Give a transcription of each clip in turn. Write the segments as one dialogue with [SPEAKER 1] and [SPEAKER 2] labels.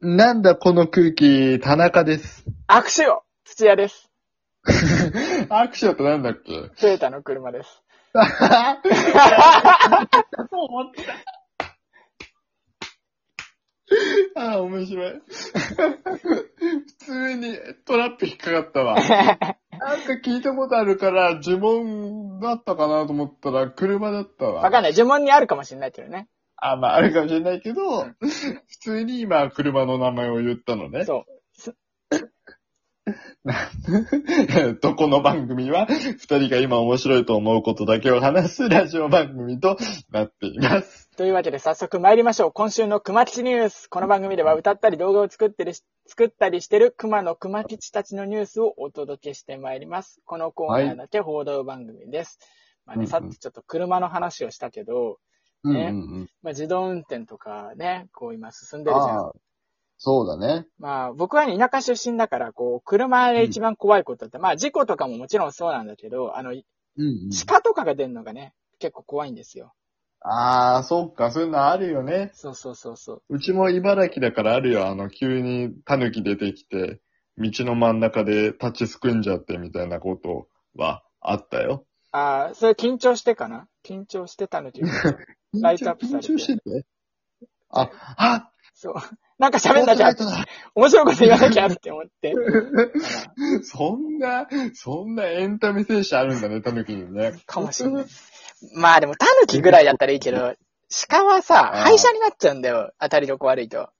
[SPEAKER 1] なんだこの空気、田中です。
[SPEAKER 2] 握手を土屋です。
[SPEAKER 1] アクションってなんだっけ
[SPEAKER 2] トヨタの車 です。
[SPEAKER 1] そう思った。 ああ、面白い。普通にトラップ引っかかったわ。なんか聞いたことあるから、呪文だったかなと思ったら、車だった
[SPEAKER 2] わ
[SPEAKER 1] わ。
[SPEAKER 2] かんない。呪文にあるかもしれないけどね。
[SPEAKER 1] あ、まあ、あるかもしれないけど、普通に今、車の名前を言ったのね。
[SPEAKER 2] そう。
[SPEAKER 1] どこの番組は、二人が今面白いと思うことだけを話すラジオ番組となっています。
[SPEAKER 2] というわけで早速参りましょう。今週の熊吉ニュース。この番組では歌ったり動画を作ってるし、作ったりしてる熊の熊吉たちのニュースをお届けしてまいります。このコーナーだけ報道番組です。まあ
[SPEAKER 1] うんう
[SPEAKER 2] ね、
[SPEAKER 1] ん
[SPEAKER 2] さっきちょっと車の話をしたけど、
[SPEAKER 1] うん
[SPEAKER 2] ね
[SPEAKER 1] うん
[SPEAKER 2] まあ自動運転とかね、こう今進ん
[SPEAKER 1] うん。
[SPEAKER 2] でるじゃん。
[SPEAKER 1] ああ、そうだね。
[SPEAKER 2] まあ、僕はね、田舎出身だから、こう、車で一番怖いことって、まあ、事故とかももちろんそうなんだけど、あの、
[SPEAKER 1] うん、
[SPEAKER 2] 鹿とかが出るのがね、結構怖いんですよ。
[SPEAKER 1] ああ、そっか、そういうのあるよね。
[SPEAKER 2] そうそうそうそう。
[SPEAKER 1] うちも茨城だからあるよ。あの、急に狸出てきて、道の真ん中で立ちすくんじゃってみたいなことはあったよ。
[SPEAKER 2] ああ、それ緊張してかな緊張してたのけど。 ライトアップされて
[SPEAKER 1] 緊張してて。あ、あ
[SPEAKER 2] そう。なんか喋んなき
[SPEAKER 1] ラ
[SPEAKER 2] ゃ
[SPEAKER 1] イ、トだ
[SPEAKER 2] 面白いこと言わなきゃって思って。
[SPEAKER 1] そんな、そんなエンタメ精神あるんだ ね、タヌキにね。
[SPEAKER 2] かもしれない。まあでも、タヌキぐらいだったらいいけど、鹿はさ、
[SPEAKER 1] あー
[SPEAKER 2] 廃車になっちゃうんだよ。当たりどこ悪いと。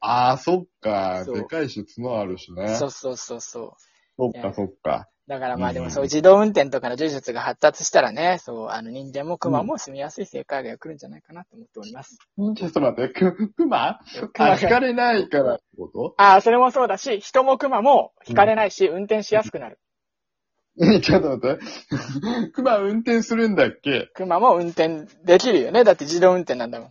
[SPEAKER 1] ああ、そっか。
[SPEAKER 2] そう
[SPEAKER 1] でかいし、角あるしね。
[SPEAKER 2] そ
[SPEAKER 1] そう
[SPEAKER 2] そうそうそう。
[SPEAKER 1] っか、そっか。
[SPEAKER 2] だからまあで
[SPEAKER 1] う
[SPEAKER 2] も
[SPEAKER 1] ん
[SPEAKER 2] そう、自動運転とかの技術が発達したらね、そう、あの人間も熊も住みやすい世界が来るんじゃないかなと思っております。
[SPEAKER 1] ちょっと待って、く、 熊
[SPEAKER 2] 熊が
[SPEAKER 1] あ、惹かれないからってこ
[SPEAKER 2] ああ、それもそうだし、人も熊も惹かれないし、運転しやすくなる。
[SPEAKER 1] と ちょっと待って。 熊運転するんだっけ
[SPEAKER 2] 熊も運転できるよね。だって自動運転なんだもん。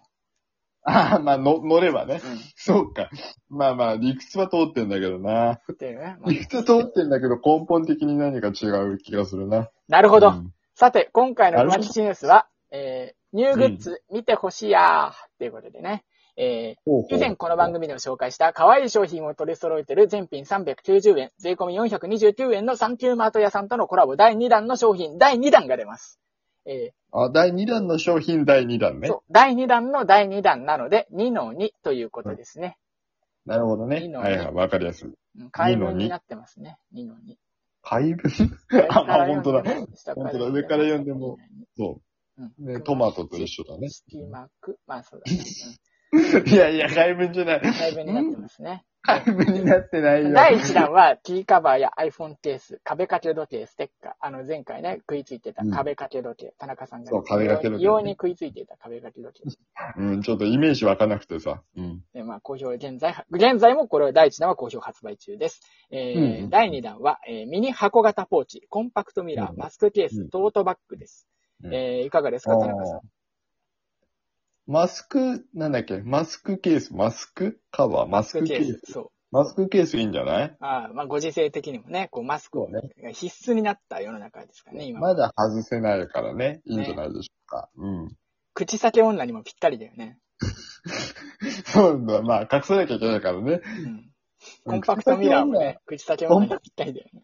[SPEAKER 1] ああ、まあ、の、乗ればね。
[SPEAKER 2] う
[SPEAKER 1] そうか。まあまあ、理屈は通ってんだけどな。
[SPEAKER 2] ん。っていうね。まあ
[SPEAKER 1] 理屈は通ってんだけど、根本的に何か違う気がするな。
[SPEAKER 2] なるほど。
[SPEAKER 1] うん
[SPEAKER 2] さて、今回の
[SPEAKER 1] なるほ
[SPEAKER 2] マ
[SPEAKER 1] ど
[SPEAKER 2] キシニュースは、えー、ニューグッズ見てほしいやーっていうことでね。えー
[SPEAKER 1] ほうほう
[SPEAKER 2] 以前この番組でも紹介した可愛い商品を取り揃えてる全品390円、税込み429円のサンキューマート屋さんとのコラボ第2弾の商品、第2弾が出ます。え
[SPEAKER 1] あ、第2弾の商品第2弾
[SPEAKER 2] ー
[SPEAKER 1] ね。
[SPEAKER 2] そう、第2弾の第2弾なので、2の2ということですね。
[SPEAKER 1] なるほど
[SPEAKER 2] いい
[SPEAKER 1] ね。
[SPEAKER 2] の
[SPEAKER 1] はいはい、わかりやすい。
[SPEAKER 2] うん、買い
[SPEAKER 1] 二の
[SPEAKER 2] 物
[SPEAKER 1] 二
[SPEAKER 2] になってますね。2の2。
[SPEAKER 1] 怪文 あ、まあ、本当だ。本当だ上から読んでも。そ
[SPEAKER 2] うん
[SPEAKER 1] う。ね、トマトと一緒だね。
[SPEAKER 2] シティマーク。まあそうだね。
[SPEAKER 1] いやいや、怪文じゃない
[SPEAKER 2] うん。だいぶになってますね。
[SPEAKER 1] 怪文になってないよ。
[SPEAKER 2] 第1弾は、キーカバーや iPhone ケース、壁掛け時計、ステッカー。あの、前回ね、食いついてた壁掛け時計。田中さんが、
[SPEAKER 1] そう壁掛け時計ね
[SPEAKER 2] 異様に食いついていた壁掛け時計。
[SPEAKER 1] うん、ちょっとイメージ湧かなくてさ。うん。
[SPEAKER 2] で、まあ、好評、現在、現在もこれ、第1弾は好評発売中です。えー
[SPEAKER 1] うん
[SPEAKER 2] 第2弾は、えーミニ箱型ポーチ、コンパクトミラー、
[SPEAKER 1] うん
[SPEAKER 2] マスクケー
[SPEAKER 1] う
[SPEAKER 2] ス、
[SPEAKER 1] ん
[SPEAKER 2] トートバッグです。
[SPEAKER 1] うん
[SPEAKER 2] えーいかがですか、田中さん
[SPEAKER 1] あー。マスク、なんだっけマスクケース、マスクカバー、マスクケース。
[SPEAKER 2] そう。
[SPEAKER 1] マスクケースいいんじゃない
[SPEAKER 2] ああまあ、ご時世的にもね、こう、マスク
[SPEAKER 1] そうね。
[SPEAKER 2] が必須になった世の中ですかね、今。
[SPEAKER 1] まだ外せないからね。いいんじゃないでしょうか。うん。
[SPEAKER 2] 口裂け女にもぴったりだよね。
[SPEAKER 1] そうだ、まあ、隠さなきゃいけないからね。
[SPEAKER 2] うん。コンパクトミラーもね、口裂け女にもぴったりだよね。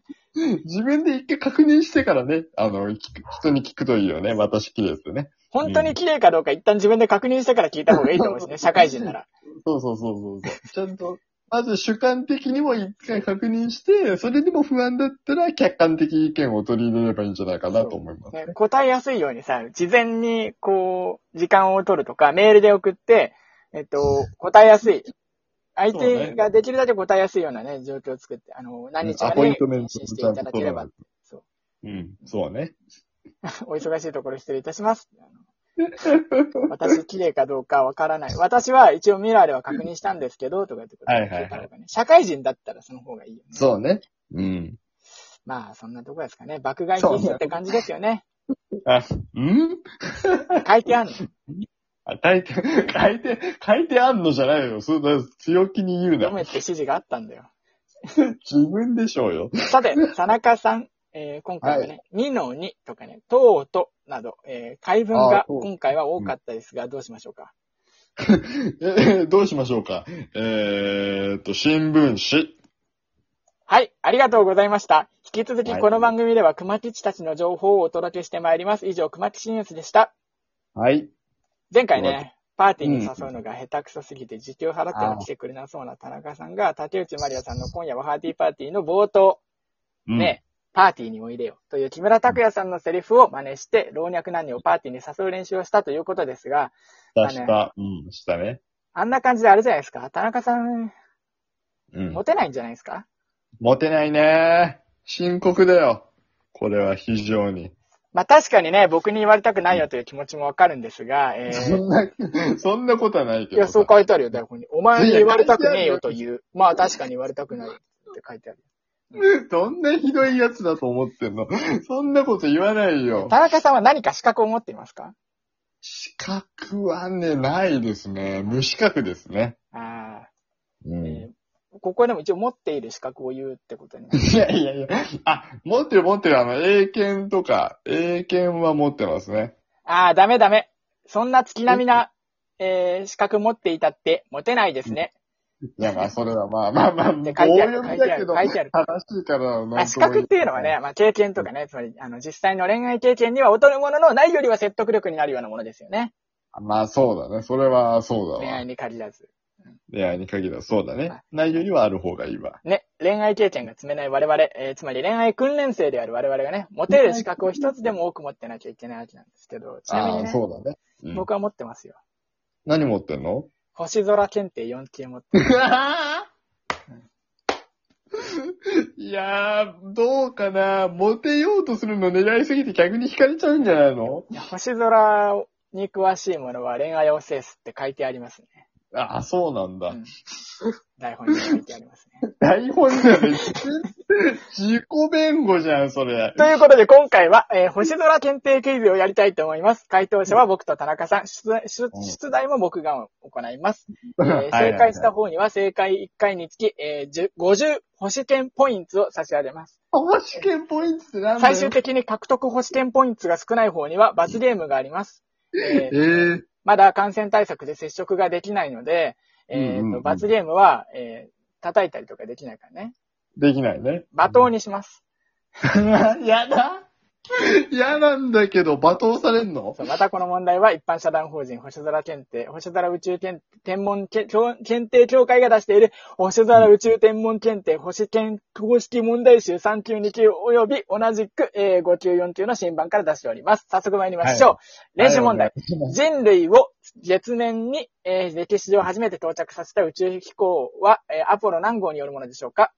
[SPEAKER 1] 自分で一回確認してからね、あの、聞く人に聞くといいよね。私綺麗ってね。
[SPEAKER 2] 本当に綺麗かどうか一旦自分で確認してから聞いた方がいいと思うし ね、社会人なら。
[SPEAKER 1] そうそうそうそうそう。ちゃんと、まず主観的にも一回確認して、それでも不安だったら客観的意見を取り入れればいいんじゃないかなと思います。
[SPEAKER 2] ね、答えやすいようにさ、事前に、こう、時間を取るとか、メールで送って、えっと、答えやすい。相手ができるだけ答えやすいようなね、状況を作って、あの、何日か
[SPEAKER 1] ア
[SPEAKER 2] で、
[SPEAKER 1] ポイン
[SPEAKER 2] ね、
[SPEAKER 1] トメン
[SPEAKER 2] 返
[SPEAKER 1] ト
[SPEAKER 2] 信
[SPEAKER 1] も
[SPEAKER 2] して
[SPEAKER 1] ちゃ
[SPEAKER 2] い
[SPEAKER 1] ん
[SPEAKER 2] た
[SPEAKER 1] と
[SPEAKER 2] だけ
[SPEAKER 1] 取
[SPEAKER 2] れ
[SPEAKER 1] らない
[SPEAKER 2] ば
[SPEAKER 1] と。。うん、そうね。
[SPEAKER 2] お忙しいところ失礼いたします。あの私、綺麗かどうかわからない。私は一応ミラーでは確認したんですけど、とかってこと
[SPEAKER 1] はいはいはい
[SPEAKER 2] ね社会人だったらその方がいいよね。
[SPEAKER 1] そうね。うん。
[SPEAKER 2] まあ、そんなとこですかね。爆買い禁止って感じですよね。
[SPEAKER 1] あ、うん
[SPEAKER 2] 書いてあんの。
[SPEAKER 1] あ書いて、 書いて、書いてあんのじゃないよ。そんな強気に言う
[SPEAKER 2] 読
[SPEAKER 1] な。
[SPEAKER 2] めって指示があったんだよ。
[SPEAKER 1] 自分でしょうよ。
[SPEAKER 2] さて、田中さん、えー今回はね、2の2とかね、とうとなど、えー、解文
[SPEAKER 1] あ
[SPEAKER 2] が
[SPEAKER 1] そう
[SPEAKER 2] 今回は多かったですが、どうしましょうか。
[SPEAKER 1] えー どうしましょうか。えーっと、新聞紙。
[SPEAKER 2] はい、ありがとうございました。引き続き
[SPEAKER 1] はい
[SPEAKER 2] この番組では熊吉たちの情報をお届けしてまいります。以上、熊吉ニュースでした。
[SPEAKER 1] はい。
[SPEAKER 2] 前回
[SPEAKER 1] は
[SPEAKER 2] ね、パーティーに誘うのが下手くそすぎて時給払っても来てくれなそうな田中さんが、竹内まりやさんの今夜はハーティーパーティーの冒頭、
[SPEAKER 1] うん、
[SPEAKER 2] ね、パーティーにも入れよという木村拓哉さんのセリフを真似して、老若男女をパーティーに誘う練習をしたということですが、
[SPEAKER 1] 出した。うん、したね。
[SPEAKER 2] あんな感じであれじゃないですか。田中さん、
[SPEAKER 1] うん。
[SPEAKER 2] モテないんじゃないですか
[SPEAKER 1] モテないね。深刻だよ。これは非常に。
[SPEAKER 2] まあ確かにね、僕に言われたくないよという気持ちもわかるんですが、え
[SPEAKER 1] そ
[SPEAKER 2] ー
[SPEAKER 1] ん な、そんなことはないけど。
[SPEAKER 2] いや、そう書いてあるよ、台本に。お前に言われたくねえよという。まあ確かに言われたくないって書いてある。
[SPEAKER 1] どんなひどいやつだと思ってんのそんなこと言わないよ。
[SPEAKER 2] 田中さんは何か資格を持っていますか
[SPEAKER 1] 資格はね、ないですね。無資格ですね。
[SPEAKER 2] ああ、
[SPEAKER 1] う
[SPEAKER 2] えーここはでも一応持っている資格を言うってことになる。
[SPEAKER 1] いやいやいや。あ、持ってる持ってる。あの、英検とか、英検は持ってますね。
[SPEAKER 2] ああ、ダメダメ。そんな月並みな、えー資格持っていたって、持てないですね。
[SPEAKER 1] なん か、それはまあまあまあ、
[SPEAKER 2] っ
[SPEAKER 1] 棒
[SPEAKER 2] て書いてある
[SPEAKER 1] 読みだけど、
[SPEAKER 2] 書
[SPEAKER 1] 正
[SPEAKER 2] いてある
[SPEAKER 1] しいからなんとも言えな
[SPEAKER 2] あ資格っていうのはね、、まあ経験とかね、つまり、あの、実際の恋愛経験には劣るものの、ないよりは説得力になるようなものですよね。
[SPEAKER 1] まあそうだね。それはそうだ
[SPEAKER 2] 恋
[SPEAKER 1] わ
[SPEAKER 2] 愛。に限らず。
[SPEAKER 1] 恋愛に限らずそうだ
[SPEAKER 2] は
[SPEAKER 1] ね
[SPEAKER 2] い。
[SPEAKER 1] 内容にはある方がいいわ。
[SPEAKER 2] ね、恋愛経験が積めない我々、えーつまり恋愛訓練生である我々がね、持てる資格を一つでも多く持ってなきゃいけないわけなんですけど、ちなみ
[SPEAKER 1] あ
[SPEAKER 2] に
[SPEAKER 1] あ、
[SPEAKER 2] ね、
[SPEAKER 1] そうだね。うん
[SPEAKER 2] 僕は持ってますよ。
[SPEAKER 1] 何持ってんの
[SPEAKER 2] 星空検定4級持って
[SPEAKER 1] うわぁ いやー、どうかなモテようとするの狙いすぎて逆に惹かれちゃうんじゃないの
[SPEAKER 2] いや星空に詳しいものは恋愛を制すって書いてありますね。
[SPEAKER 1] あ、そうなんだ。
[SPEAKER 2] うん台本に書いてありますね。
[SPEAKER 1] 台本じ ゃね自己弁護じゃん、それ。
[SPEAKER 2] ということで今回は、えー星空検定クイズをやりたいと思います。回答者は僕と田中さん、出題出
[SPEAKER 1] うん
[SPEAKER 2] 出題も僕が行います。え ー
[SPEAKER 1] はいはい
[SPEAKER 2] 正解し
[SPEAKER 1] は
[SPEAKER 2] た
[SPEAKER 1] い
[SPEAKER 2] 方には正解1回につき、えー10 50星点ポイントを差し上げます。
[SPEAKER 1] 保試験ポイントってなんだよ
[SPEAKER 2] 最終的に獲得星点ポイントが少ない方には罰ゲームがあります。
[SPEAKER 1] え
[SPEAKER 2] えー
[SPEAKER 1] ー、
[SPEAKER 2] まだ感染対策で接触ができないので、えーと
[SPEAKER 1] うんうんうん
[SPEAKER 2] 罰ゲームは、えー叩いたりとかできないからね。
[SPEAKER 1] できないね。
[SPEAKER 2] 罵倒にします。
[SPEAKER 1] やだ嫌なんだけど、罵倒されんの
[SPEAKER 2] そうまたこの問題は一般社団法人星空検定、星空宇宙検天文け教検定協会が出している星空宇宙天文検定星検公式問題集3級2級及び同じく、えー5級4級の新版から出しております。早速参りましょう。練習問題。。人類を月面に、えー歴史上初めて到着させた宇宙飛行は、えーアポロ何号によるものでしょうか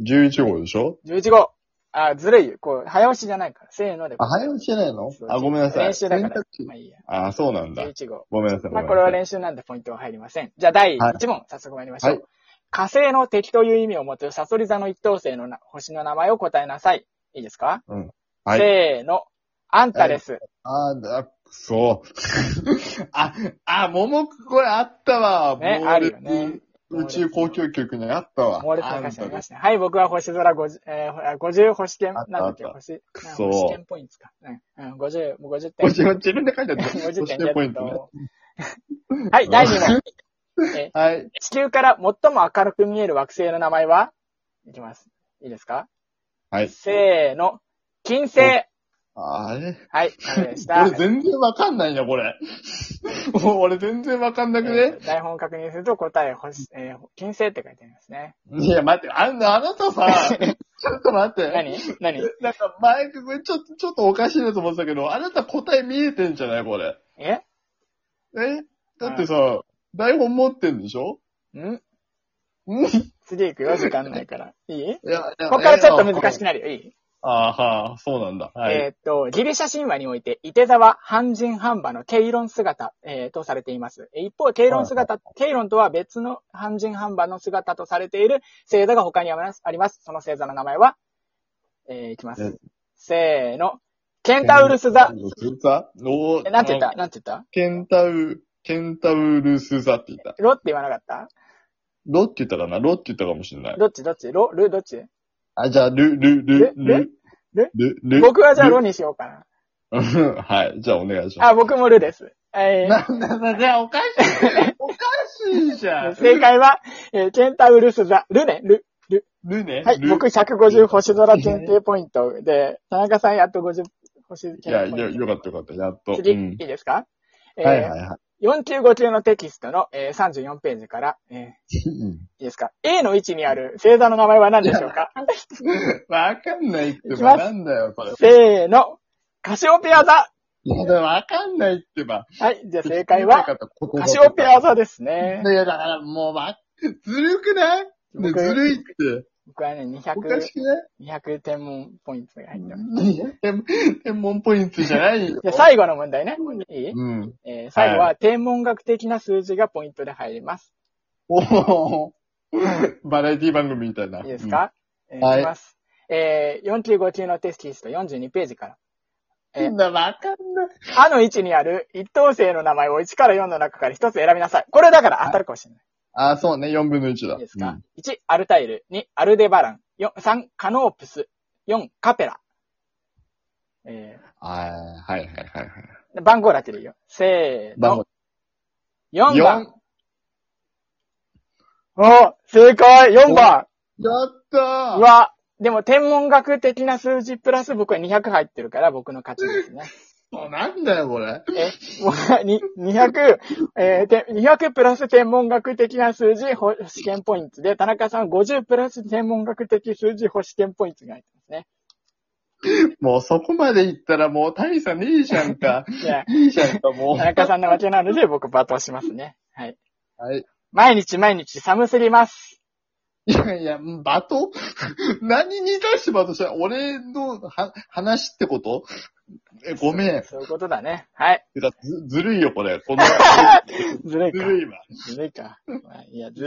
[SPEAKER 1] 11号でしょ
[SPEAKER 2] ?11 号。あ、ずるいよ。こう、早押しじゃないから。せーので。
[SPEAKER 1] あ、早押しじゃないの
[SPEAKER 2] そう
[SPEAKER 1] あ、ごめんなさい。
[SPEAKER 2] 練習だから
[SPEAKER 1] 選択肢
[SPEAKER 2] まあいいや。
[SPEAKER 1] あ、そうなんだ。
[SPEAKER 2] 11号。
[SPEAKER 1] ごめんなさい。
[SPEAKER 2] ま
[SPEAKER 1] ごめんなさ
[SPEAKER 2] あ
[SPEAKER 1] い
[SPEAKER 2] これは練習なんでポイントは入りません。じゃあ第1
[SPEAKER 1] はい
[SPEAKER 2] 問、早速参りましょう。
[SPEAKER 1] はい
[SPEAKER 2] 火星の敵という意味を持つサソリ座の一等星のな星の名前を答えなさい。いいですか、
[SPEAKER 1] はい。
[SPEAKER 2] せーの。アンタレス。
[SPEAKER 1] あーだ、くそ。 あ、あ、桃くこれあったわ。猛
[SPEAKER 2] ね
[SPEAKER 1] 烈
[SPEAKER 2] あるよね
[SPEAKER 1] 宇宙公共局にあったわ。
[SPEAKER 2] 猛烈な歌詞ありま
[SPEAKER 1] し
[SPEAKER 2] したね。はい、僕は星空50、えー、50星点、
[SPEAKER 1] あ
[SPEAKER 2] な
[SPEAKER 1] っ
[SPEAKER 2] ん
[SPEAKER 1] た
[SPEAKER 2] だっけ、
[SPEAKER 1] あった
[SPEAKER 2] 星、
[SPEAKER 1] く
[SPEAKER 2] な
[SPEAKER 1] そ
[SPEAKER 2] 星点ポイントか。うん、うん、50、もう50
[SPEAKER 1] た。
[SPEAKER 2] 点。
[SPEAKER 1] ご自自分で書いてあった。そ
[SPEAKER 2] 50
[SPEAKER 1] し
[SPEAKER 2] 点
[SPEAKER 1] て
[SPEAKER 2] ゲ
[SPEAKER 1] ポイ
[SPEAKER 2] ッ
[SPEAKER 1] ントね。
[SPEAKER 2] ト。 はい、第2問。 え
[SPEAKER 1] はい。
[SPEAKER 2] 地球から最も明るく見える惑星の名前はいきます。いいですか
[SPEAKER 1] はい。
[SPEAKER 2] せーの。金星。はい、
[SPEAKER 1] あれ
[SPEAKER 2] ダメでした。
[SPEAKER 1] 俺全然わかんないな、これ。 もう俺全然わかんなく
[SPEAKER 2] え
[SPEAKER 1] ね。
[SPEAKER 2] ー台本を確認すると答え、星、えー金星って書いてありますね。
[SPEAKER 1] いや、待って、あんあなた さ、ちょっと待って。
[SPEAKER 2] 何何
[SPEAKER 1] なんか前、これちょっと、ちょっとおかしいなと思ってたけど、あなた答え見えてんじゃないこれ。
[SPEAKER 2] え
[SPEAKER 1] えだってさ、台本持ってんでしょ
[SPEAKER 2] ん
[SPEAKER 1] んい
[SPEAKER 2] 次行くよ、時間ないから。いい
[SPEAKER 1] や、いや
[SPEAKER 2] ここからちょっと難しくなるよ。いい
[SPEAKER 1] あーはーそうなんだ。はい。
[SPEAKER 2] えーっと、ギリシャ神話において、伊手座は半人半馬のケイロン姿、えーとされています。えー一方、ケイロン姿、ケイロンとは別の半人半馬の姿とされている星座が他にありますあります。その星座の名前は、えーいきま
[SPEAKER 1] え
[SPEAKER 2] す。せーの。ケンタウルス座。
[SPEAKER 1] ケンタウルス座おー
[SPEAKER 2] え、なんて言ったなんて言った
[SPEAKER 1] ケンタウ、ケンタウルス座って言った。
[SPEAKER 2] ロって言わなかった
[SPEAKER 1] ロって言ったかなロって言ったかもしれない。
[SPEAKER 2] どっちどっちロルどっち
[SPEAKER 1] あ、じゃあ、ル、ル、ル、ル、
[SPEAKER 2] ル
[SPEAKER 1] ル、ル、
[SPEAKER 2] 僕はじゃあロにしようかな。
[SPEAKER 1] うんはい。じゃあお願いします。
[SPEAKER 2] あ、僕もルです。えー
[SPEAKER 1] なんだなんだ、おかしい。おかしいじゃん。
[SPEAKER 2] 正解は、えーケンタウルス座、ルね、ル、ル。
[SPEAKER 1] ルね。
[SPEAKER 2] はい、
[SPEAKER 1] ル
[SPEAKER 2] 僕150星空検定ポイントで、田中さんやっと50星検
[SPEAKER 1] いや、
[SPEAKER 2] 定ポイ
[SPEAKER 1] よ、
[SPEAKER 2] ント。
[SPEAKER 1] よかったよかった。やっと。
[SPEAKER 2] 次、
[SPEAKER 1] うん
[SPEAKER 2] いいですかえー
[SPEAKER 1] はいはいは
[SPEAKER 2] 45級のテキストの、えー34ページから、えー
[SPEAKER 1] いうん。
[SPEAKER 2] いいですか ?A の位置にある星座の名前は何でしょ うか
[SPEAKER 1] わかんないって
[SPEAKER 2] いき
[SPEAKER 1] ば、
[SPEAKER 2] ます
[SPEAKER 1] なんだよ、これ。
[SPEAKER 2] せーの、カシオペア座
[SPEAKER 1] いや、でもわかんないってば。
[SPEAKER 2] はい、じゃあ正解は、カシオペア座ですね。
[SPEAKER 1] いや、だからもうわ、ずるくないね
[SPEAKER 2] 僕
[SPEAKER 1] ずるいって。
[SPEAKER 2] 僕はね、
[SPEAKER 1] おか
[SPEAKER 2] 200
[SPEAKER 1] し、くない
[SPEAKER 2] 200天文ポイントが入ってます。
[SPEAKER 1] 天天文ポイントじゃないよ。
[SPEAKER 2] じゃあ最後の問題ね。いい、
[SPEAKER 1] うん。
[SPEAKER 2] えー最後は、天文学的な数字がポイントで入ります。
[SPEAKER 1] おーバラエティ番組みたいな。
[SPEAKER 2] いいですか、えー
[SPEAKER 1] はい
[SPEAKER 2] いきます。えー、495級のテキスト42ページから。
[SPEAKER 1] うん、そんなわかんない。
[SPEAKER 2] あの位置にある一等星の名前を1から4の中から1つ選びなさい。これだから当たるかもしれない。
[SPEAKER 1] あ、そうね、4分の1だ。
[SPEAKER 2] いいですか、?1、アルタイル。2、アルデバラン。4 3、カノープス。4、カペラ。え
[SPEAKER 1] うんあーはいはいはいはい。
[SPEAKER 2] ー、番号だけでいいよ。せーの。4番。
[SPEAKER 1] 番。
[SPEAKER 2] お正解 !4 番
[SPEAKER 1] やったー
[SPEAKER 2] うわでも天文学的な数字プラス僕は200入ってるから僕の勝ちですね。
[SPEAKER 1] もうなんだよ、これ。
[SPEAKER 2] え、 もうに200、えーて、200プラス天文学的な数字、ほ試験ポイントで、田中さん50プラス天文学的数字、試験ポイントが入ってますね。
[SPEAKER 1] もうそこまで行ったらもう大差ねえじゃんか。
[SPEAKER 2] じゃ あ
[SPEAKER 1] いいじゃんか、もう。
[SPEAKER 2] 田中さんの負けなので僕罵倒しますね。はい。
[SPEAKER 1] はい。
[SPEAKER 2] 毎日毎日寒すぎます。
[SPEAKER 1] いやいや、罵倒 何に対して罵倒した俺のは話ってことえ、ごめん。
[SPEAKER 2] そういうことだね。はい。
[SPEAKER 1] てかずずるいよ、これ。この、
[SPEAKER 2] ずるい
[SPEAKER 1] ず
[SPEAKER 2] か。
[SPEAKER 1] るいわ。
[SPEAKER 2] ずるいか。まあいや、ず